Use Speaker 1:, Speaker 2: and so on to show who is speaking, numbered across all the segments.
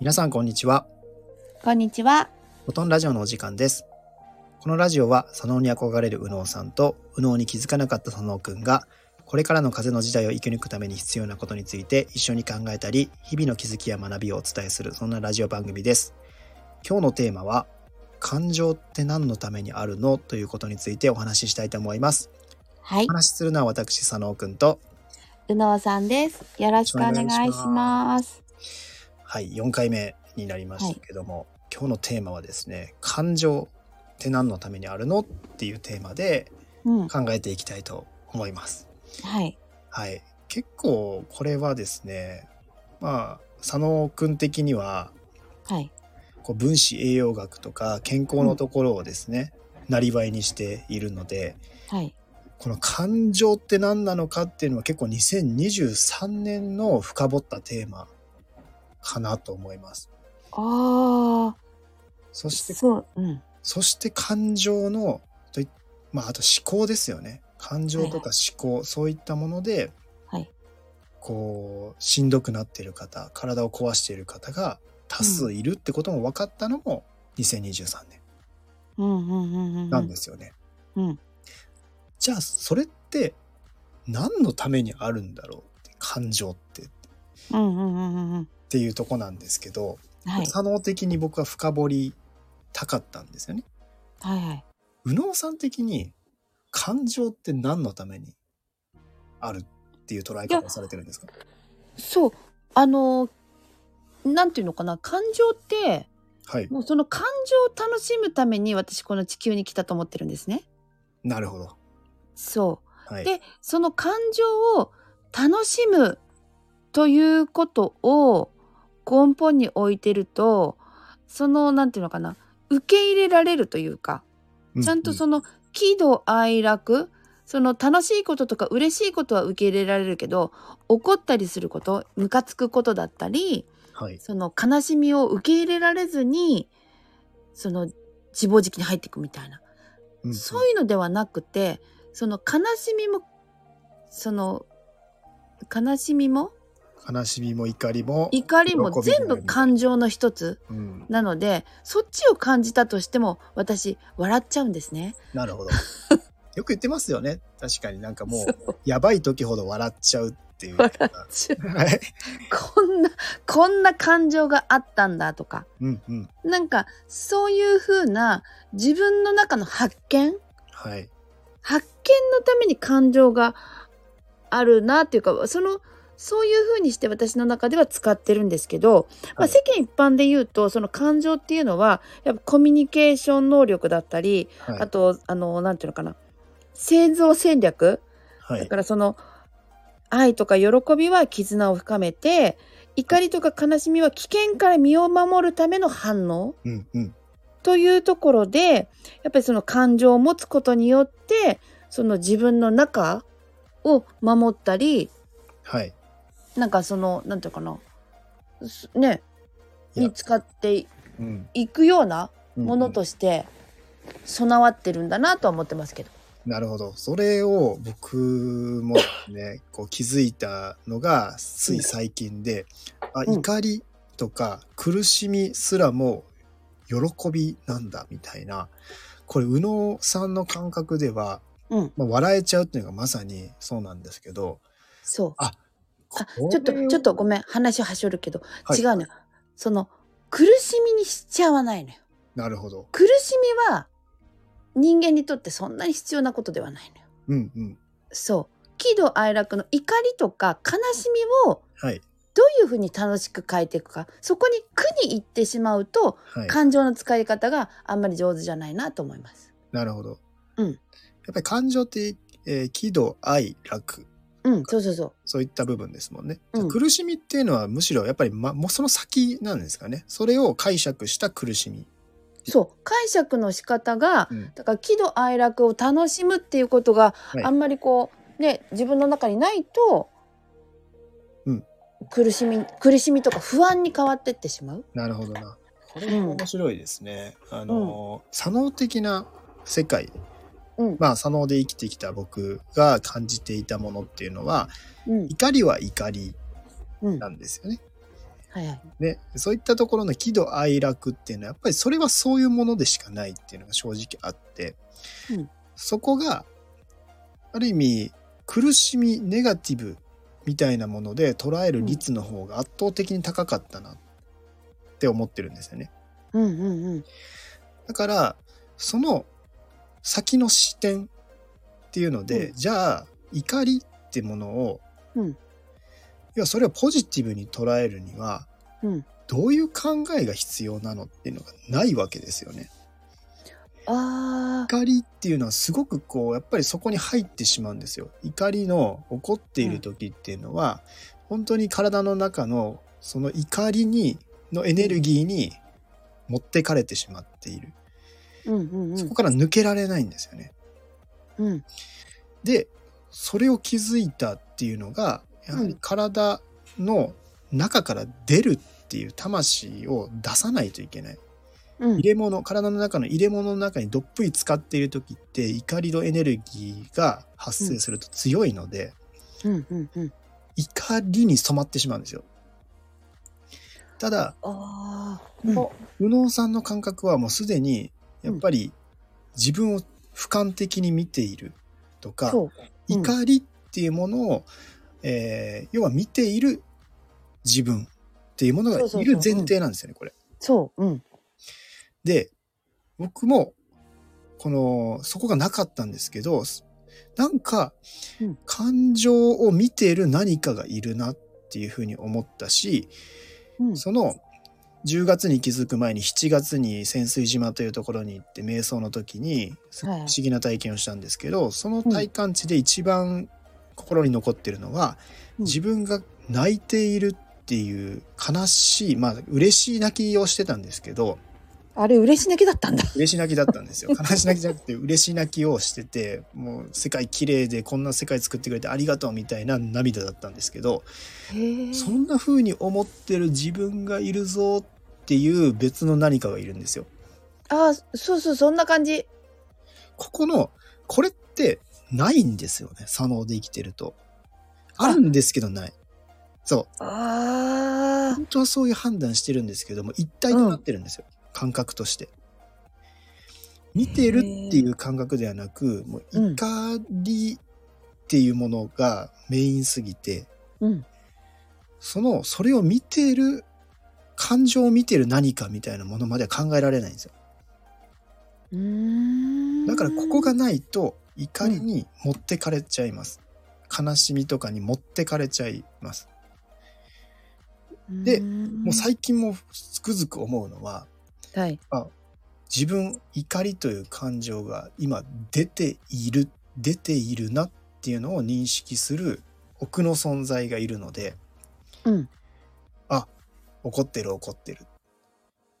Speaker 1: 皆さんこんにちは。
Speaker 2: こんにちは。
Speaker 1: フォトンラジオのお時間です。このラジオは左脳に憧れる右脳さんと右脳に気づかなかった左脳くんがこれからの風の時代を生き抜くために必要なことについて一緒に考えたり日々の気づきや学びをお伝えするそんなラジオ番組です。今日のテーマは感情って何のためにあるのということについてお話ししたいと思います。
Speaker 2: はい
Speaker 1: お。話しするのは私佐野くんと
Speaker 2: うのうさんです。よろしくお願い
Speaker 1: よろしく
Speaker 2: し
Speaker 1: お願
Speaker 2: ます。
Speaker 1: はい、4回目になりましたけども、今日のテーマはですね感情って何のためにあるのっていうテーマで
Speaker 2: うん。
Speaker 1: 考えていきたいと思います。
Speaker 2: はい。
Speaker 1: はい、結構これはですねまあ佐野くん的には
Speaker 2: はい。
Speaker 1: こう分子栄養学とか健康のところをですね、なりわいにしているので
Speaker 2: はい。
Speaker 1: この感情って何なのかっていうのは結構2023年の深掘ったテーマかなと思います。
Speaker 2: あ
Speaker 1: そ
Speaker 2: あ。
Speaker 1: して
Speaker 2: そう。うん。
Speaker 1: そして感情のといまああと思考ですよね感情とか思考、そういったもので
Speaker 2: はい。
Speaker 1: こうしんどくなっている方体を壊している方が多数いるってことも分かったのも2023年
Speaker 2: うんうんうんうん。
Speaker 1: なんですよね。
Speaker 2: うん。
Speaker 1: じゃあそれって何のためにあるんだろうって感情ってっ
Speaker 2: うんうんうんうんうん。
Speaker 1: ていうとこなんですけど、
Speaker 2: はい。
Speaker 1: 作能的に僕は深掘りたかったんですよね。
Speaker 2: はいはい。
Speaker 1: 右脳さん的に感情って何のためにあるっていう捉え方をされてるんですか
Speaker 3: そうあのなんていうのかな感情って
Speaker 1: はい
Speaker 3: もうその感情を楽しむために私この地球に来たと思ってるんですね。
Speaker 1: なるほど
Speaker 3: そ
Speaker 1: は
Speaker 3: う
Speaker 1: い
Speaker 3: でその感情を楽しむということを根本に置いてるとそのなんていうのかな受け入れられるというかちゃんとその喜怒哀楽その楽しいこととか嬉しいことは受け入れられるけど怒ったりすることムカつくことだったり
Speaker 1: うんはい
Speaker 3: その悲しみを受け入れられずにその自暴自棄に入っていくみたいな、
Speaker 1: うん
Speaker 3: そういうのではなくてその悲しみもその悲しみも
Speaker 1: 悲しみも怒りも
Speaker 3: 怒りも
Speaker 1: 喜び
Speaker 3: 全部感情の一つ
Speaker 1: うん
Speaker 3: なのでそっちを感じたとしても私笑っちゃうんです ね。
Speaker 1: な るほどよく言ってますよね確かになんかもうやばい時ほど笑っちゃうっていう
Speaker 3: 笑
Speaker 1: は
Speaker 3: ちょ
Speaker 1: い
Speaker 3: こんなこんな感情があったんだとか
Speaker 1: うんうん
Speaker 3: なんかそういう風な自分の中の発見
Speaker 1: はい
Speaker 3: 発見のために感情があるなっていうかそのそういう風にして私の中では使ってるんですけど、ま
Speaker 1: はい
Speaker 3: あ、世間一般で言うとその感情っていうのはやっぱコミュニケーション能力だったり
Speaker 1: はい
Speaker 3: あとあのなんていうのかな製造戦略
Speaker 1: は
Speaker 3: だ
Speaker 1: い
Speaker 3: からその愛とか喜びは絆を深めて怒りとか悲しみは危険から身を守るための反応
Speaker 1: うんうん
Speaker 3: というところでやっぱりその感情を持つことによってその自分の中を守ったり
Speaker 1: はい
Speaker 3: なんかそのなんていうのかなすね
Speaker 1: いや
Speaker 3: に使って
Speaker 1: うん
Speaker 3: いくような
Speaker 1: うん
Speaker 3: ものとして備わってるんだなとは思ってますけど。
Speaker 1: なるほど。それを僕もね、 こう気づいたのがつい最近で、あ、
Speaker 3: うん
Speaker 1: 怒りとか苦しみすらも喜びなんだみたいな、これ、右脳さんの感覚では、
Speaker 3: うん、
Speaker 1: まあ、笑えちゃうっていうのがまさにそうなんですけど、
Speaker 3: そうあ
Speaker 1: こ
Speaker 3: ちょっと
Speaker 1: れを
Speaker 3: ちょっとごめん話をはしょるけど、
Speaker 1: はい
Speaker 3: 違うのよその苦しみにしちゃわないのよ
Speaker 1: なるほど。
Speaker 3: 苦しみは人間にとってそんなに必要なことではないのよ
Speaker 1: うんうん。
Speaker 3: そう喜怒哀楽の怒りとか悲しみを
Speaker 1: はい。
Speaker 3: どういうふうに楽しく変えていくかそこに苦に行ってしまうと
Speaker 1: はい。
Speaker 3: 感情の使い方があんまり上手じゃないなと思います
Speaker 1: なるほど。
Speaker 3: うん
Speaker 1: やっぱり感情って、えー喜怒哀楽
Speaker 3: うんそうそうそう
Speaker 1: そういった部分ですもんね。
Speaker 3: うん
Speaker 1: 苦しみっていうのはむしろやっぱり、ま、もうその先なんですかね。それを解釈した苦しみ。
Speaker 3: そう解釈の仕方が
Speaker 1: うん
Speaker 3: だから喜怒哀楽を楽しむっていうことが
Speaker 1: い
Speaker 3: あんまりこう、ね自分の中にないと、
Speaker 1: うん
Speaker 3: 苦しみ苦しみとか不安に変わってってしまう。
Speaker 1: なるほどな。これ
Speaker 3: うん
Speaker 1: も面白いですね。あの、左脳的な世界。
Speaker 3: うん
Speaker 1: まあ、左脳で生きてきた僕が感じていたものっていうのは、
Speaker 3: うん
Speaker 1: 怒りは怒り
Speaker 3: うん
Speaker 1: なんですよね。
Speaker 3: はいはい。
Speaker 1: でそういったところの喜怒哀楽っていうのはやっぱりそれはそういうものでしかないっていうのが正直あって、
Speaker 3: うん
Speaker 1: そこがある意味苦しみネガティブみたいなもので捉える率の方が圧倒的に高かったなって思ってるんですよね。
Speaker 3: うんうんうん。
Speaker 1: だからその先の視点っていうので、
Speaker 3: うん
Speaker 1: じゃあ怒りってものを、
Speaker 3: うん
Speaker 1: 要はそれをポジティブに捉えるには
Speaker 3: うん。
Speaker 1: どういう考えが必要なのっていうのがないわけですよね。
Speaker 3: ああ。
Speaker 1: 怒りっていうのはすごくこうやっぱりそこに入ってしまうんですよ。怒りの怒っている時っていうのは、本当に体の中のその怒りにのエネルギーに持ってかれてしまっている。
Speaker 3: うんうんう
Speaker 1: そ
Speaker 3: ん
Speaker 1: こ。から抜けられないんですよね。
Speaker 3: うん。
Speaker 1: でそれを気づいたっていうのがやはり体の中から出るっていう魂を出さないといけない
Speaker 3: うん
Speaker 1: 入。れ物体の中の入れ物の中にどっぷり使っている時って怒りのエネルギーが発生すると強いので、
Speaker 3: うんうんうん。
Speaker 1: 怒りに染まってしまうんですよただ
Speaker 3: ああ。
Speaker 1: うん右脳さんの感覚はもうすでにやっぱり自分を俯瞰的に見ているとか、
Speaker 3: そう。うん
Speaker 1: 怒りっていうものを、えー要は見ている自分っていうものが
Speaker 3: そうそう
Speaker 1: い
Speaker 3: そう
Speaker 1: る前提なんですよねこれ。
Speaker 3: そう。うん。
Speaker 1: で僕もこのそこがなかったんですけどなんか
Speaker 3: うん
Speaker 1: 感情を見ている何かがいるなっていうふうに思ったし
Speaker 3: うん。
Speaker 1: その10月に気づく前に7月に潜水島というところに行って瞑想の時にすごく不思議な体験をしたんですけど、その体感値で一番心に残ってるのは、
Speaker 3: うん
Speaker 1: 自分が泣いているっていう悲しいまあ嬉しい泣きをしてたんですけど
Speaker 3: あれ、嬉し泣きだったんだ。
Speaker 1: 嬉し泣きだったん ですよ悲し泣きじゃなくて嬉し泣きをしててもう世界綺麗でこんな世界作ってくれてありがとうみたいな涙だったんですけど、
Speaker 3: へえ。
Speaker 1: そんな風に思ってる自分がいるぞっていう別の何かがいるんですよ。
Speaker 4: あーそうそうそんな感じ
Speaker 1: ここの、これってないんですよね。左脳で生きてると。あるんですけどない。そう。
Speaker 4: あ
Speaker 1: 本当はそういう判断してるんですけども、一体となってるんですよ。感覚として。見てるっていう感覚ではなく、もう
Speaker 3: うん
Speaker 1: 怒りっていうものがメインすぎて、
Speaker 3: うん。
Speaker 1: その、それを見てる、感情を見てる何かみたいなものまでは考えられないんですよ。
Speaker 3: うーん。
Speaker 1: だからここが。ないと怒りに持ってかれちゃいます。悲しみとかに持ってかれちゃいます。でも
Speaker 3: も
Speaker 1: う最近もつくづく思うのは、
Speaker 4: はい
Speaker 1: 自分怒りという感情が今出ている、出ているなっていうのを認識する奥の存在がいるので、
Speaker 3: うん。
Speaker 1: 怒ってる怒ってる。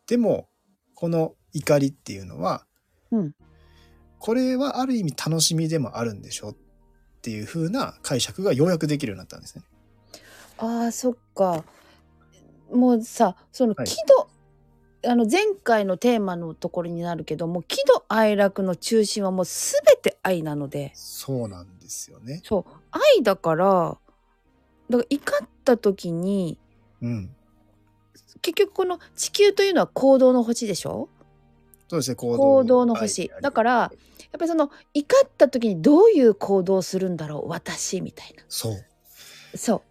Speaker 1: でも、この怒りっていうのは、
Speaker 3: うん
Speaker 1: これはある意味楽しみでもあるんでしょっていう風な解釈がようやくできるようになったんですね。
Speaker 4: あーそっかもうさその
Speaker 1: はい
Speaker 4: 喜怒、あの前回のテーマのところになるけどもう喜怒哀楽の中心はもう全て愛なので
Speaker 1: そうなんですよね。
Speaker 4: そう愛だからだから怒った時に
Speaker 1: うん。
Speaker 4: 結局この地球というのは行動の星でしょ
Speaker 1: そうですね、行動
Speaker 4: 行動の星だからやっぱりその怒った時にどういう行動をするんだろう私みたいな
Speaker 1: そう。
Speaker 4: そ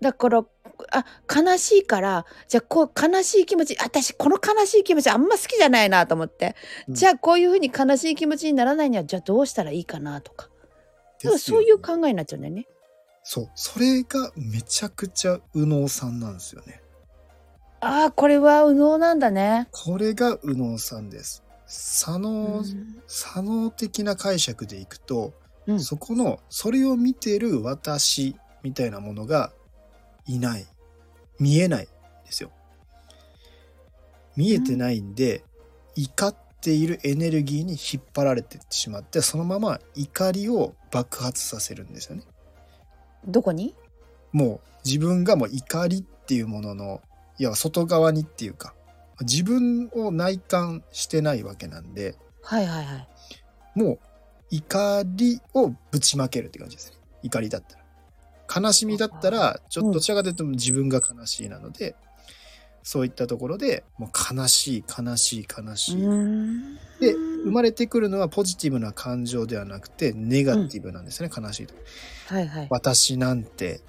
Speaker 4: うだからあ悲しいからじゃあこう悲しい気持ち私この悲しい気持ちあんま好きじゃないなと思って、
Speaker 1: うん
Speaker 4: じゃあこういうふうに悲しい気持ちにならないにはじゃあどうしたらいいかなとかだからそういう
Speaker 1: か。
Speaker 4: 考えになっちゃうんだよね。
Speaker 1: そう。それがめちゃくちゃ右脳さんなんですよね。
Speaker 4: ああこれは右脳なんだね。
Speaker 1: これが右脳さんです。左脳、左脳的な解釈でいくと、
Speaker 3: うん
Speaker 1: そこのそれを見てる私みたいなものがいない見えないんですよ見えてないんで、怒っているエネルギーに引っ張られてしまってそのまま怒りを爆発させるんですよね
Speaker 4: どこに
Speaker 1: もう自分がもう怒りっていうもののいや外側にっていうか自分を内観してないわけなんで
Speaker 4: はいはいはい。
Speaker 1: もう怒りをぶちまけるって感じですね。怒りだったら。悲しみだったら、ちょっとどちらかというと自分が悲しいなので、そういったところでもう悲しい悲しい悲しい、
Speaker 3: ん
Speaker 1: で生まれてくるのはポジティブな感情ではなくてネガティブなんですね、悲しいと
Speaker 3: はいはい
Speaker 1: 私なんて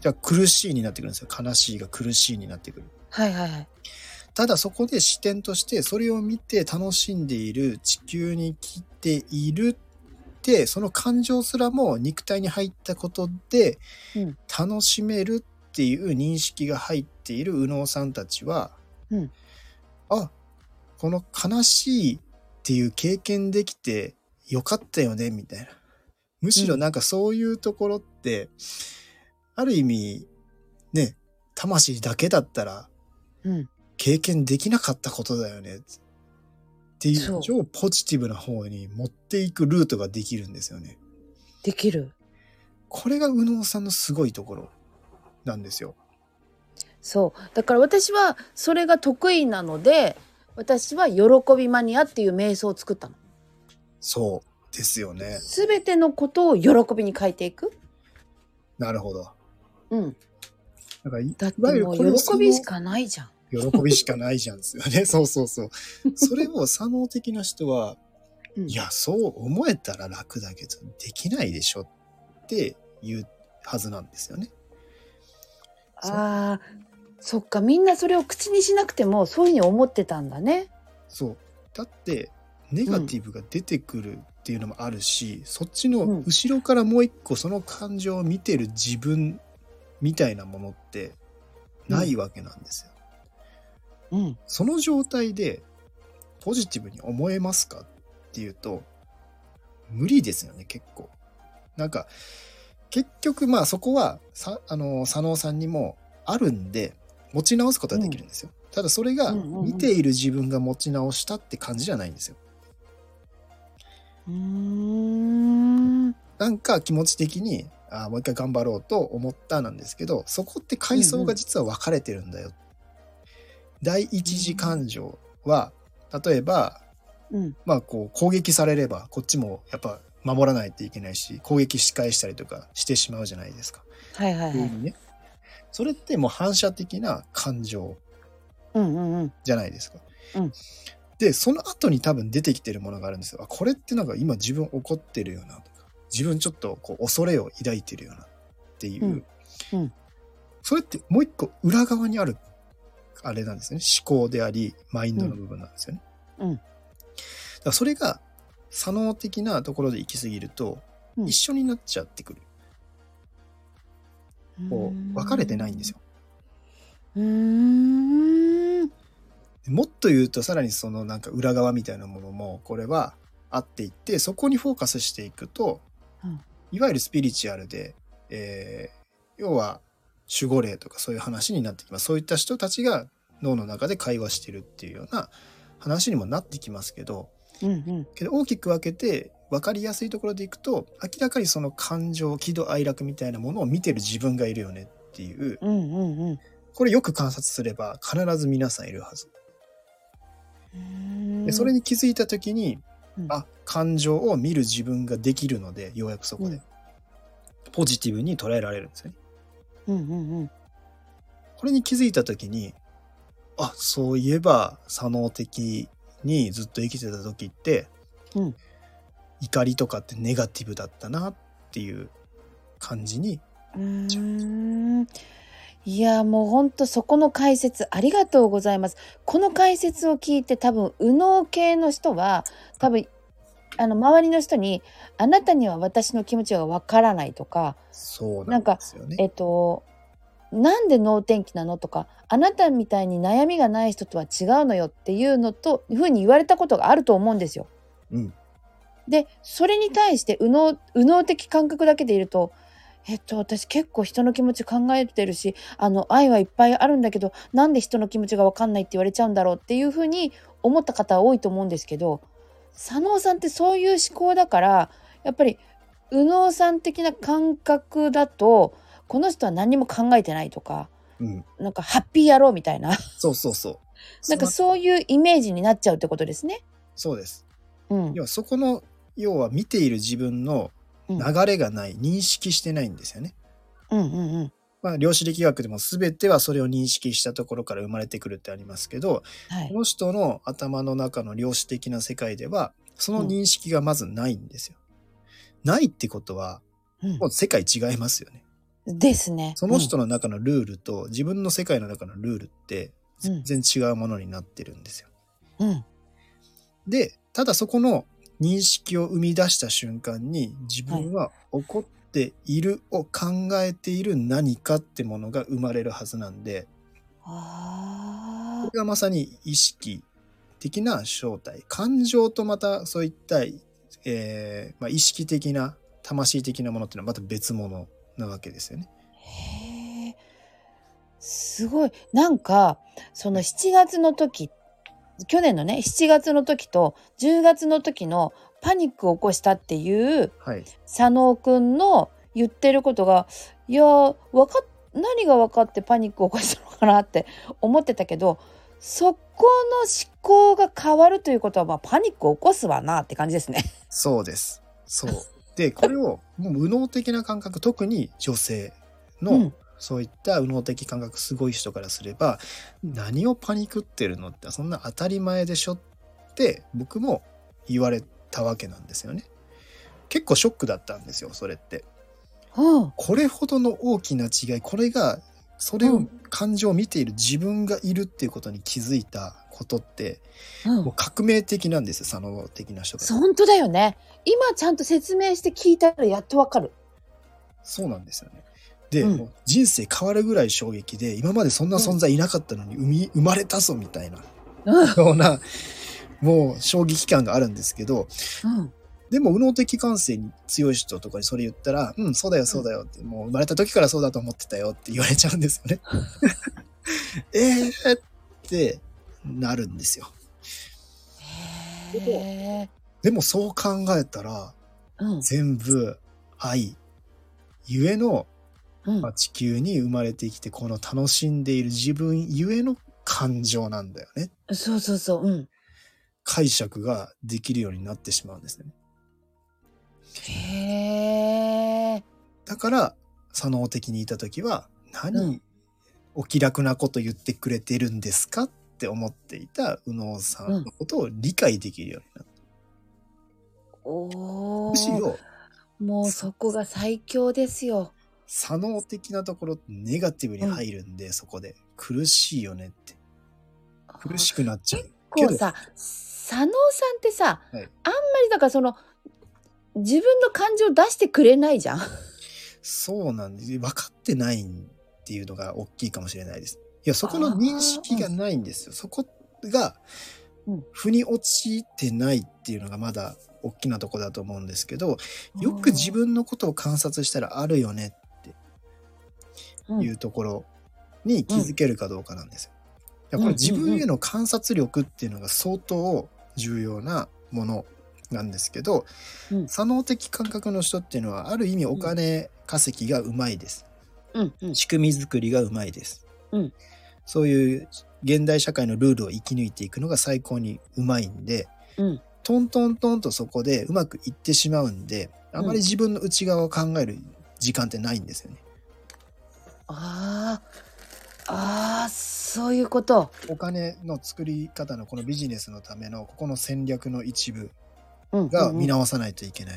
Speaker 1: じゃあ苦しいになってくるんですよ悲しいが苦しいになってくる
Speaker 3: はいはいはい
Speaker 1: ただそこで視点としてそれを見て楽しんでいる地球に来ているってその感情すらも肉体に入ったことで
Speaker 3: うん
Speaker 1: 楽しめるっていう認識が入っている右脳さんたちは、
Speaker 3: うん
Speaker 1: あこの悲しいっていう経験できてよかったよねみたいなむしろなんかそういうところって、ある意味ね魂だけだったら
Speaker 3: うん
Speaker 1: 経験できなかったことだよねってい
Speaker 3: そうう
Speaker 1: 超ポジティブな方に持っていくルートができるんですよね。
Speaker 3: できる
Speaker 1: これが右脳さんのすごいところなんですよ。
Speaker 4: そうだから私はそれが得意なので私は喜びマニアっていう瞑想を作ったの
Speaker 1: そうですよね。
Speaker 4: 全てのことを喜びに変えていく
Speaker 1: なるほど。
Speaker 4: うん
Speaker 1: なんかい
Speaker 3: だって
Speaker 1: わゆる
Speaker 3: もう
Speaker 1: これを
Speaker 3: 喜びしかないじゃん
Speaker 1: 喜びしかないじゃんですよ ね。そうそうそう。それを左脳的な人は、
Speaker 3: うん
Speaker 1: いや、そう思えたら楽だけど、できないでしょって言うはずなんですよね。そう
Speaker 4: あーそっかみんなそれを口にしなくてもそういうふうに思ってたんだね
Speaker 1: そうだってネガティブが出てくるっていうのもあるし、そっちの
Speaker 3: うん
Speaker 1: 後ろからもう一個その感情を見てる自分みたいなものってないわけなんですよ。
Speaker 3: うん
Speaker 1: その状態でポジティブに思えますかっていうと無理ですよね結構。なんか結局まあそこはさあの佐野さんにもあるんで持ち直すことはできるんですよ。ただそれが
Speaker 3: うんうんうん
Speaker 1: 見ている自分が持ち直したって感じじゃないんですよ。
Speaker 3: うーん
Speaker 1: なんか気持ち的にあーもう一回頑張ろうと思ったなんですけどそこって階層が実は分かれてるんだよ。第一次感情は例えば
Speaker 3: うん
Speaker 1: まあこう攻撃されればこっちもやっぱ守らないといけないし攻撃仕返したりとかしてしまうじゃないですか。
Speaker 3: はいはいは
Speaker 1: 急
Speaker 3: い
Speaker 1: にねそれってもう反射的な感情
Speaker 3: うんうんうん
Speaker 1: じゃないですか。
Speaker 3: うん
Speaker 1: でその後に多分出てきてるものがあるんですよ。あこれってなんか今自分怒ってるよなとか自分ちょっとこう恐れを抱いてるよなっていう、
Speaker 3: うんうん
Speaker 1: それってもう一個裏側にあるあれなんですよね思考でありマインドの部分なんですよね。
Speaker 3: うんうん
Speaker 1: だからそれが左脳的なところで行き過ぎると、
Speaker 3: うん
Speaker 1: 一緒になっちゃってくるこう分かれてないんですよ。
Speaker 3: うーん
Speaker 1: もっと言うとさらにそのなんか裏側みたいなものもこれはあっていってそこにフォーカスしていくと、
Speaker 3: うん
Speaker 1: いわゆるスピリチュアルで、えー要は守護霊とかそういう話になってきますそういった人たちが脳の中で会話してるっていうような話にもなってきますけど
Speaker 3: うんうん
Speaker 1: けど大きく分けて分かりやすいところでいくと明らかにその感情喜怒哀楽みたいなものを見てる自分がいるよねっていう
Speaker 3: うんうんうん
Speaker 1: これよく観察すれば必ず皆さんいるはず。
Speaker 3: うーん
Speaker 1: でそれに気づいた時に、
Speaker 3: うん
Speaker 1: あ感情を見る自分ができるのでようやくそこで、
Speaker 3: うん
Speaker 1: ポジティブに捉えられるんですよね。
Speaker 3: うんうんうん
Speaker 1: これに気づいた時にあそういえば左脳的にずっと生きてた時って、
Speaker 3: うん
Speaker 1: 怒りとかってネガティブだったなっていう感じに
Speaker 3: うーんいやもうほんとそこの解説ありがとうございます。この解説を聞いて多分右脳系の人は多分あの周りの人に「あなたには私の気持ちがわからない」とか
Speaker 1: そうなんですよ
Speaker 3: 「
Speaker 1: ね。
Speaker 3: えっとなんで脳天気なの?」とか「あなたみたいに悩みがない人とは違うのよ」っていうのというふうに言われたことがあると思うんですよ。
Speaker 1: うん、
Speaker 3: でそれに対して右脳右脳的感覚だけでいるとえっと私結構人の気持ち考えてるしあの愛はいっぱいあるんだけどなんで人の気持ちが分かんないって言われちゃうんだろうっていうふうに思った方多いと思うんですけど左脳さんってそういう思考だからやっぱり右脳さん的な感覚だとこの人は何も考えてないとか
Speaker 1: うん、
Speaker 3: なんかハッピー野郎みたいな
Speaker 1: そうそうそう。
Speaker 3: なんか
Speaker 1: そ
Speaker 3: そういうイメージになっちゃうってことですね。
Speaker 1: そうです。
Speaker 3: うん
Speaker 1: 要、はそこの要は見ている自分の
Speaker 3: うん
Speaker 1: 流れがない、認識してないんですよね。
Speaker 3: うんうんうん
Speaker 1: まあ、量子力学でも全てはそれを認識したところから生まれてくるってありますけど、
Speaker 3: はい
Speaker 1: こ。の人の頭の中の量子的な世界では、その認識がまずないんですよ。ないってことは、もう世界違いますよね。
Speaker 3: うんですね。
Speaker 1: その人の中のルールと自分の世界の中のルールって
Speaker 3: うん
Speaker 1: 全然違うものになってるんですよ。
Speaker 3: うん。うん。
Speaker 1: で、ただそこの認識を生み出した瞬間に自分は起こっているを考えている何かってものが生まれるはずなんで、
Speaker 3: あ
Speaker 1: これがまさに意識的な正体。感情とまたそういった、えーまあ、意識的な、魂的なものっていうのはまた別物なわけですよね。
Speaker 3: あ。へえ。すごい。なんか、その7月の時、去年のね、7月の時と10月の時のパニックを起こしたっていう
Speaker 1: はい。
Speaker 3: 佐野くんの言ってることが、いやー、わかっ何が分かってパニックを起こしたのかなって思ってたけど、そこの思考が変わるということは、まあ、パニックを起こすわなって感じですね。
Speaker 1: そうです。そう。で、これをもう無能的な感覚、特に女性の、
Speaker 3: うん
Speaker 1: そういった右脳的感覚すごい人からすれば、何をパニクってるのって、そんな当たり前でしょって僕も言われたわけなんですよね。結構ショックだったんですよ、それって。
Speaker 3: うん、
Speaker 1: これほどの大きな違い、これが、それ
Speaker 3: う
Speaker 1: を
Speaker 3: ん、
Speaker 1: 感情を見ている自分がいるっていうことに気づいたことって、
Speaker 3: うん
Speaker 1: もう革命的なんですよ、左脳的な人が。
Speaker 3: そう本当だよね今ちゃんと説明して聞いたらやっとわかる
Speaker 1: そうなんですよね。で、
Speaker 3: うん
Speaker 1: もう人生変わるぐらい衝撃で、今までそんな存在いなかったのに生み、生まれたぞみたいな、
Speaker 3: うん
Speaker 1: ような、もう衝撃感があるんですけど、
Speaker 3: うん
Speaker 1: でも、右脳的感性に強い人とかにそれ言ったら、うん、そうだよ、そうだよって、もう生まれた時からそうだと思ってたよって言われちゃうんです よね。えーってなるんですよ。
Speaker 3: へえ
Speaker 1: でも、そう考えたら、
Speaker 3: うん
Speaker 1: 全部愛、ゆえの
Speaker 3: うん
Speaker 1: まあ、地球に生まれてきてこの楽しんでいる自分ゆえの感情なんだよね
Speaker 3: そうそうそううん
Speaker 1: 解釈ができるようになってしまうんですね
Speaker 3: へえ
Speaker 1: だから左脳的にいた時は何、
Speaker 3: うん
Speaker 1: お気楽なこと言ってくれてるんですかって思っていた右脳さんのことを理解できるようになった、
Speaker 3: お
Speaker 1: むし
Speaker 3: ー
Speaker 1: ろ
Speaker 3: もうそこが最強ですよ
Speaker 1: 左脳的なところってネガティブに入るんで、そこで苦しいよねって苦しくなっちゃう
Speaker 3: こうさ佐野さんってさ、
Speaker 1: はい
Speaker 3: あんまりだからその自分の感情出してくれないじゃん
Speaker 1: そうなんです。分かってないっていうのが大きいかもしれないです。いや、そこの認識がないんですよ。そこが
Speaker 3: うん、
Speaker 1: 腑に落ちてないっていうのがまだ大きなとこだと思うんですけど、よく自分のことを観察したらあるよね
Speaker 3: 分
Speaker 1: っていうところに気づけるかどうかなんですよ。いやこれ自分への観察力っていうのが相当重要なものなんですけど、
Speaker 3: うん
Speaker 1: 左脳的感覚の人っていうのはある意味お金稼ぎがうまいです。
Speaker 3: うんうん
Speaker 1: 仕組み作りがうまいです、
Speaker 3: うん
Speaker 1: そういう現代社会のルールを生き抜いていくのが最高にうまいんで、
Speaker 3: うん
Speaker 1: トントントンとそこでうまくいってしまうんであまり自分の内側を考える時間ってないんですよね。
Speaker 3: あーあーそういうこと
Speaker 1: お金の作り方のこのビジネスのためのここの戦略の一部
Speaker 3: うん
Speaker 1: が見直さないといけない。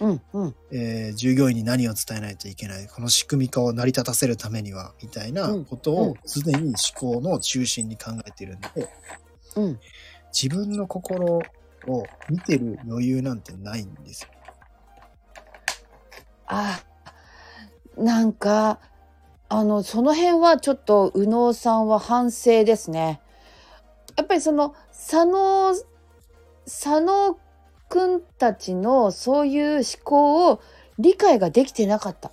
Speaker 3: うんうん
Speaker 1: えー従業員に何を伝えないといけないこの仕組み化を成り立たせるためにはみたいなこと
Speaker 3: うんう
Speaker 1: を
Speaker 3: ん
Speaker 1: 常に思考の中心に考えてるんで、
Speaker 3: うん
Speaker 1: 自分の心を見てる余裕なんてないんですよ。
Speaker 3: あなんかあのその辺はちょっと右脳さんは反省ですね。やっぱりその佐野佐野くんたちのそういう思考を理解ができてなかった。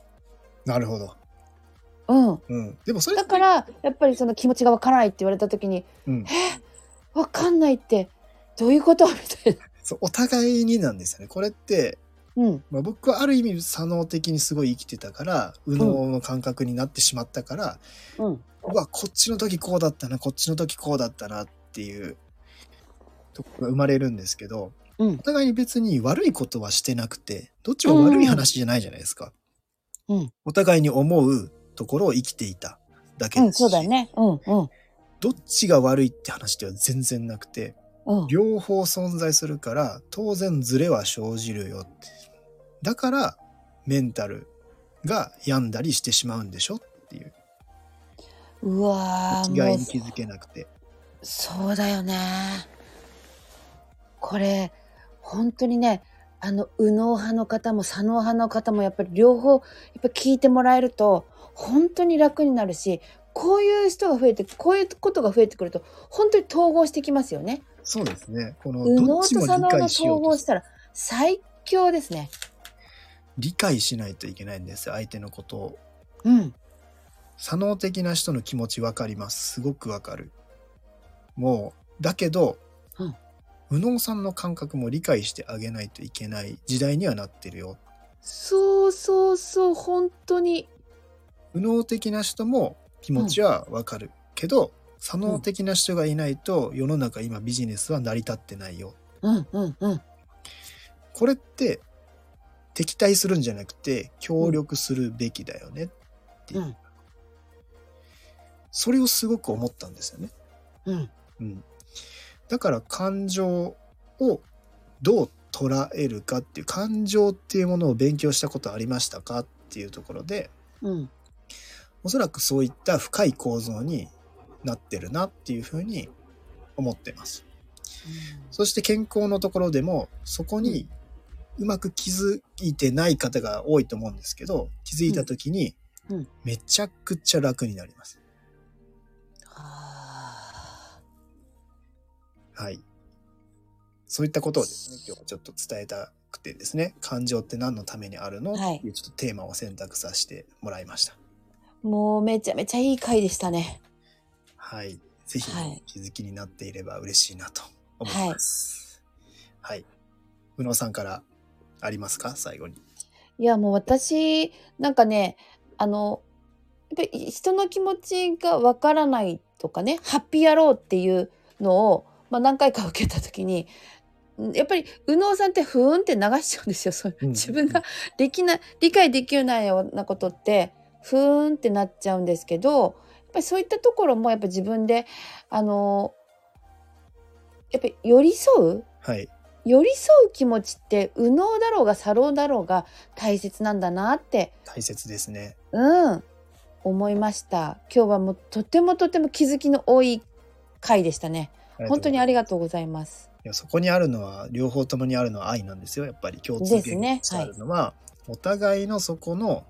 Speaker 1: なるほど。
Speaker 3: うん、
Speaker 1: うん。でもそれ
Speaker 3: だからやっぱりその気持ちがわからないって言われた時に
Speaker 1: うん、
Speaker 3: 「わかんないってどういうこと?」みたいな。
Speaker 1: そうお互いになんですよね。これって、
Speaker 3: うん
Speaker 1: まあ、僕はある意味左脳的にすごい生きてたから右脳の感覚になってしまったから、
Speaker 3: うん
Speaker 1: うわこっちの時こうだったなこっちの時こうだったなっていうとこが生まれるんですけど、
Speaker 3: うん
Speaker 1: お互いに別に悪いことはしてなくてどっちも悪い話じゃないじゃないですか。
Speaker 3: うん
Speaker 1: お互いに思うところを生きていただけ
Speaker 3: う
Speaker 1: で
Speaker 3: ん、
Speaker 1: す
Speaker 3: そうだ
Speaker 1: し、
Speaker 3: よね。うん、うん。
Speaker 1: どっちが悪いって話では全然なくて、
Speaker 3: うん、
Speaker 1: 両方存在するから当然ズレは生じるよってだからメンタルが病んだりしてしまうんでしょっていう
Speaker 3: うわー
Speaker 1: 違
Speaker 3: も
Speaker 1: いうに気づけなくて
Speaker 3: そうだよね。これ本当にねあの右脳派の方も左脳派の方もやっぱり両方やっぱ聞いてもらえると本当に楽になるしこういう人が増えてこういうことが増えてくると本当に統合してきますよね。
Speaker 1: そうですねこの
Speaker 3: 右
Speaker 1: ど
Speaker 3: 脳
Speaker 1: っ
Speaker 3: と
Speaker 1: ちも
Speaker 3: 左
Speaker 1: 理
Speaker 3: 脳の
Speaker 1: 解しよ
Speaker 3: 統
Speaker 1: う
Speaker 3: 合
Speaker 1: と
Speaker 3: したら最強ですね。
Speaker 1: 理解しないといけないんですよ相手のことを
Speaker 3: うん。
Speaker 1: 左脳的な人の気持ちわかりますすごくわかるもうだけど、
Speaker 3: うん
Speaker 1: 右脳さんの感覚も理解してあげないといけない時代にはなってるよ
Speaker 4: そうそうそう本当に
Speaker 1: 右脳的な人も気持ちはわかる、けど左脳的な人がいないと世の中今ビジネスは成り立ってないよ
Speaker 3: うんうんうん。
Speaker 1: これって敵対するんじゃなくて協力するべきだよねっていう、
Speaker 3: うん
Speaker 1: それをすごく思ったんですよね、
Speaker 3: うん。
Speaker 1: うん、だから感情をどう捉えるかっていう感情っていうものを勉強したことありましたかっていうところで、
Speaker 3: うん。
Speaker 1: おそらくそういった深い構造になってるなっていうふうに思ってます。そして健康のところでもそこにうまく気づいてない方が多いと思うんですけど気づいた時に
Speaker 3: うんうん
Speaker 1: めちゃくちゃ楽になります。
Speaker 3: あ
Speaker 1: はい。そういったことをですね、今日はちょっと伝えたくてですね、感情って何のためにあるの、
Speaker 3: はい
Speaker 1: っていうちょっとテーマを選択させてもらいました。
Speaker 3: ーもうめちゃめちゃいい回でしたね。
Speaker 1: はい。ぜひ、
Speaker 3: はい
Speaker 1: 気づきになっていれば嬉しいなと思います。はい。宇野さんからありますか最後に。
Speaker 3: いやもう私なんかねあのやっぱり人の気持ちがわからないとかねハッピー野郎っていうのを、まあ、何回か受けた時にんやっぱり右脳さんってふーんって流しちゃうんですよそう
Speaker 1: うん
Speaker 3: 自分ができない理解できないようなことってふーんってなっちゃうんですけどやっぱりそういったところもやっぱ自分であのやっぱり寄り添う
Speaker 1: はい。
Speaker 3: 寄り添う気持ちって右脳だろうが左脳だろうが大切なんだなって
Speaker 1: 大切ですね。
Speaker 3: うん思いました今日はもうとてもとても気づきの多い回でしたね本当にあり
Speaker 1: がとうございます
Speaker 3: がとうございます
Speaker 1: いやそこにあるのは、両方ともにあるのは愛なんですよ。やっぱり共通言語としてあるのは、お互いのそこの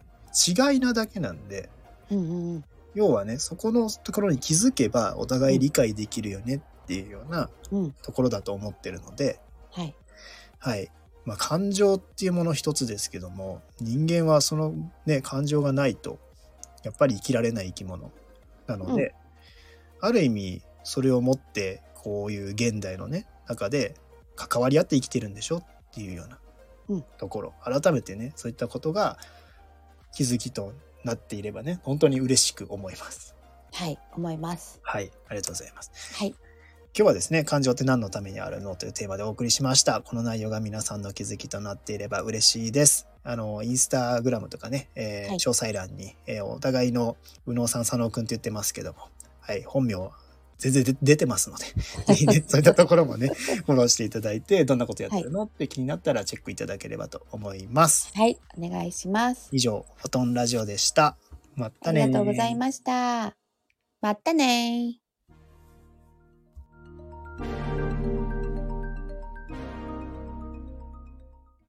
Speaker 1: 違いなだけなんで、
Speaker 3: うんうん
Speaker 1: 要はね、そこのところに気づけば、お互い理解できるよねっていうような
Speaker 3: うんうん
Speaker 1: ところだと思ってるので、
Speaker 3: はい
Speaker 1: はい。まあ、感情っていうもの一つですけども、人間はそのね、感情がないと、やっぱり生きられない生き物なので、ある意味、それを持って、こういう現代のね、中で関わり合って生きてるんでしょっていうような
Speaker 3: うん
Speaker 1: ところ、改めてね、そういったことが気づきとなっていればね、本当に嬉しく思います。
Speaker 3: はい思います
Speaker 1: はい、ありがとうございます。
Speaker 3: はい
Speaker 1: 今日はですね、感情って何のためにあるのというテーマでお送りしました。この内容が皆さんの気づきとなっていれば嬉しいです。あの、インスタグラムとかね、えー
Speaker 3: はい
Speaker 1: 詳細欄に、えーお互いの右脳さん、佐野くんって言ってますけども、はい、本名、全然で出てます ので、ぜひね、そういったところもね、フォローしていただいて、どんなことやってるの、って気になったらチェックいただければと思います。
Speaker 3: はいお願いします
Speaker 1: 以上、フォトンラジオでした。まっ
Speaker 3: あ
Speaker 1: たねー。
Speaker 3: りがとうございましたまたねー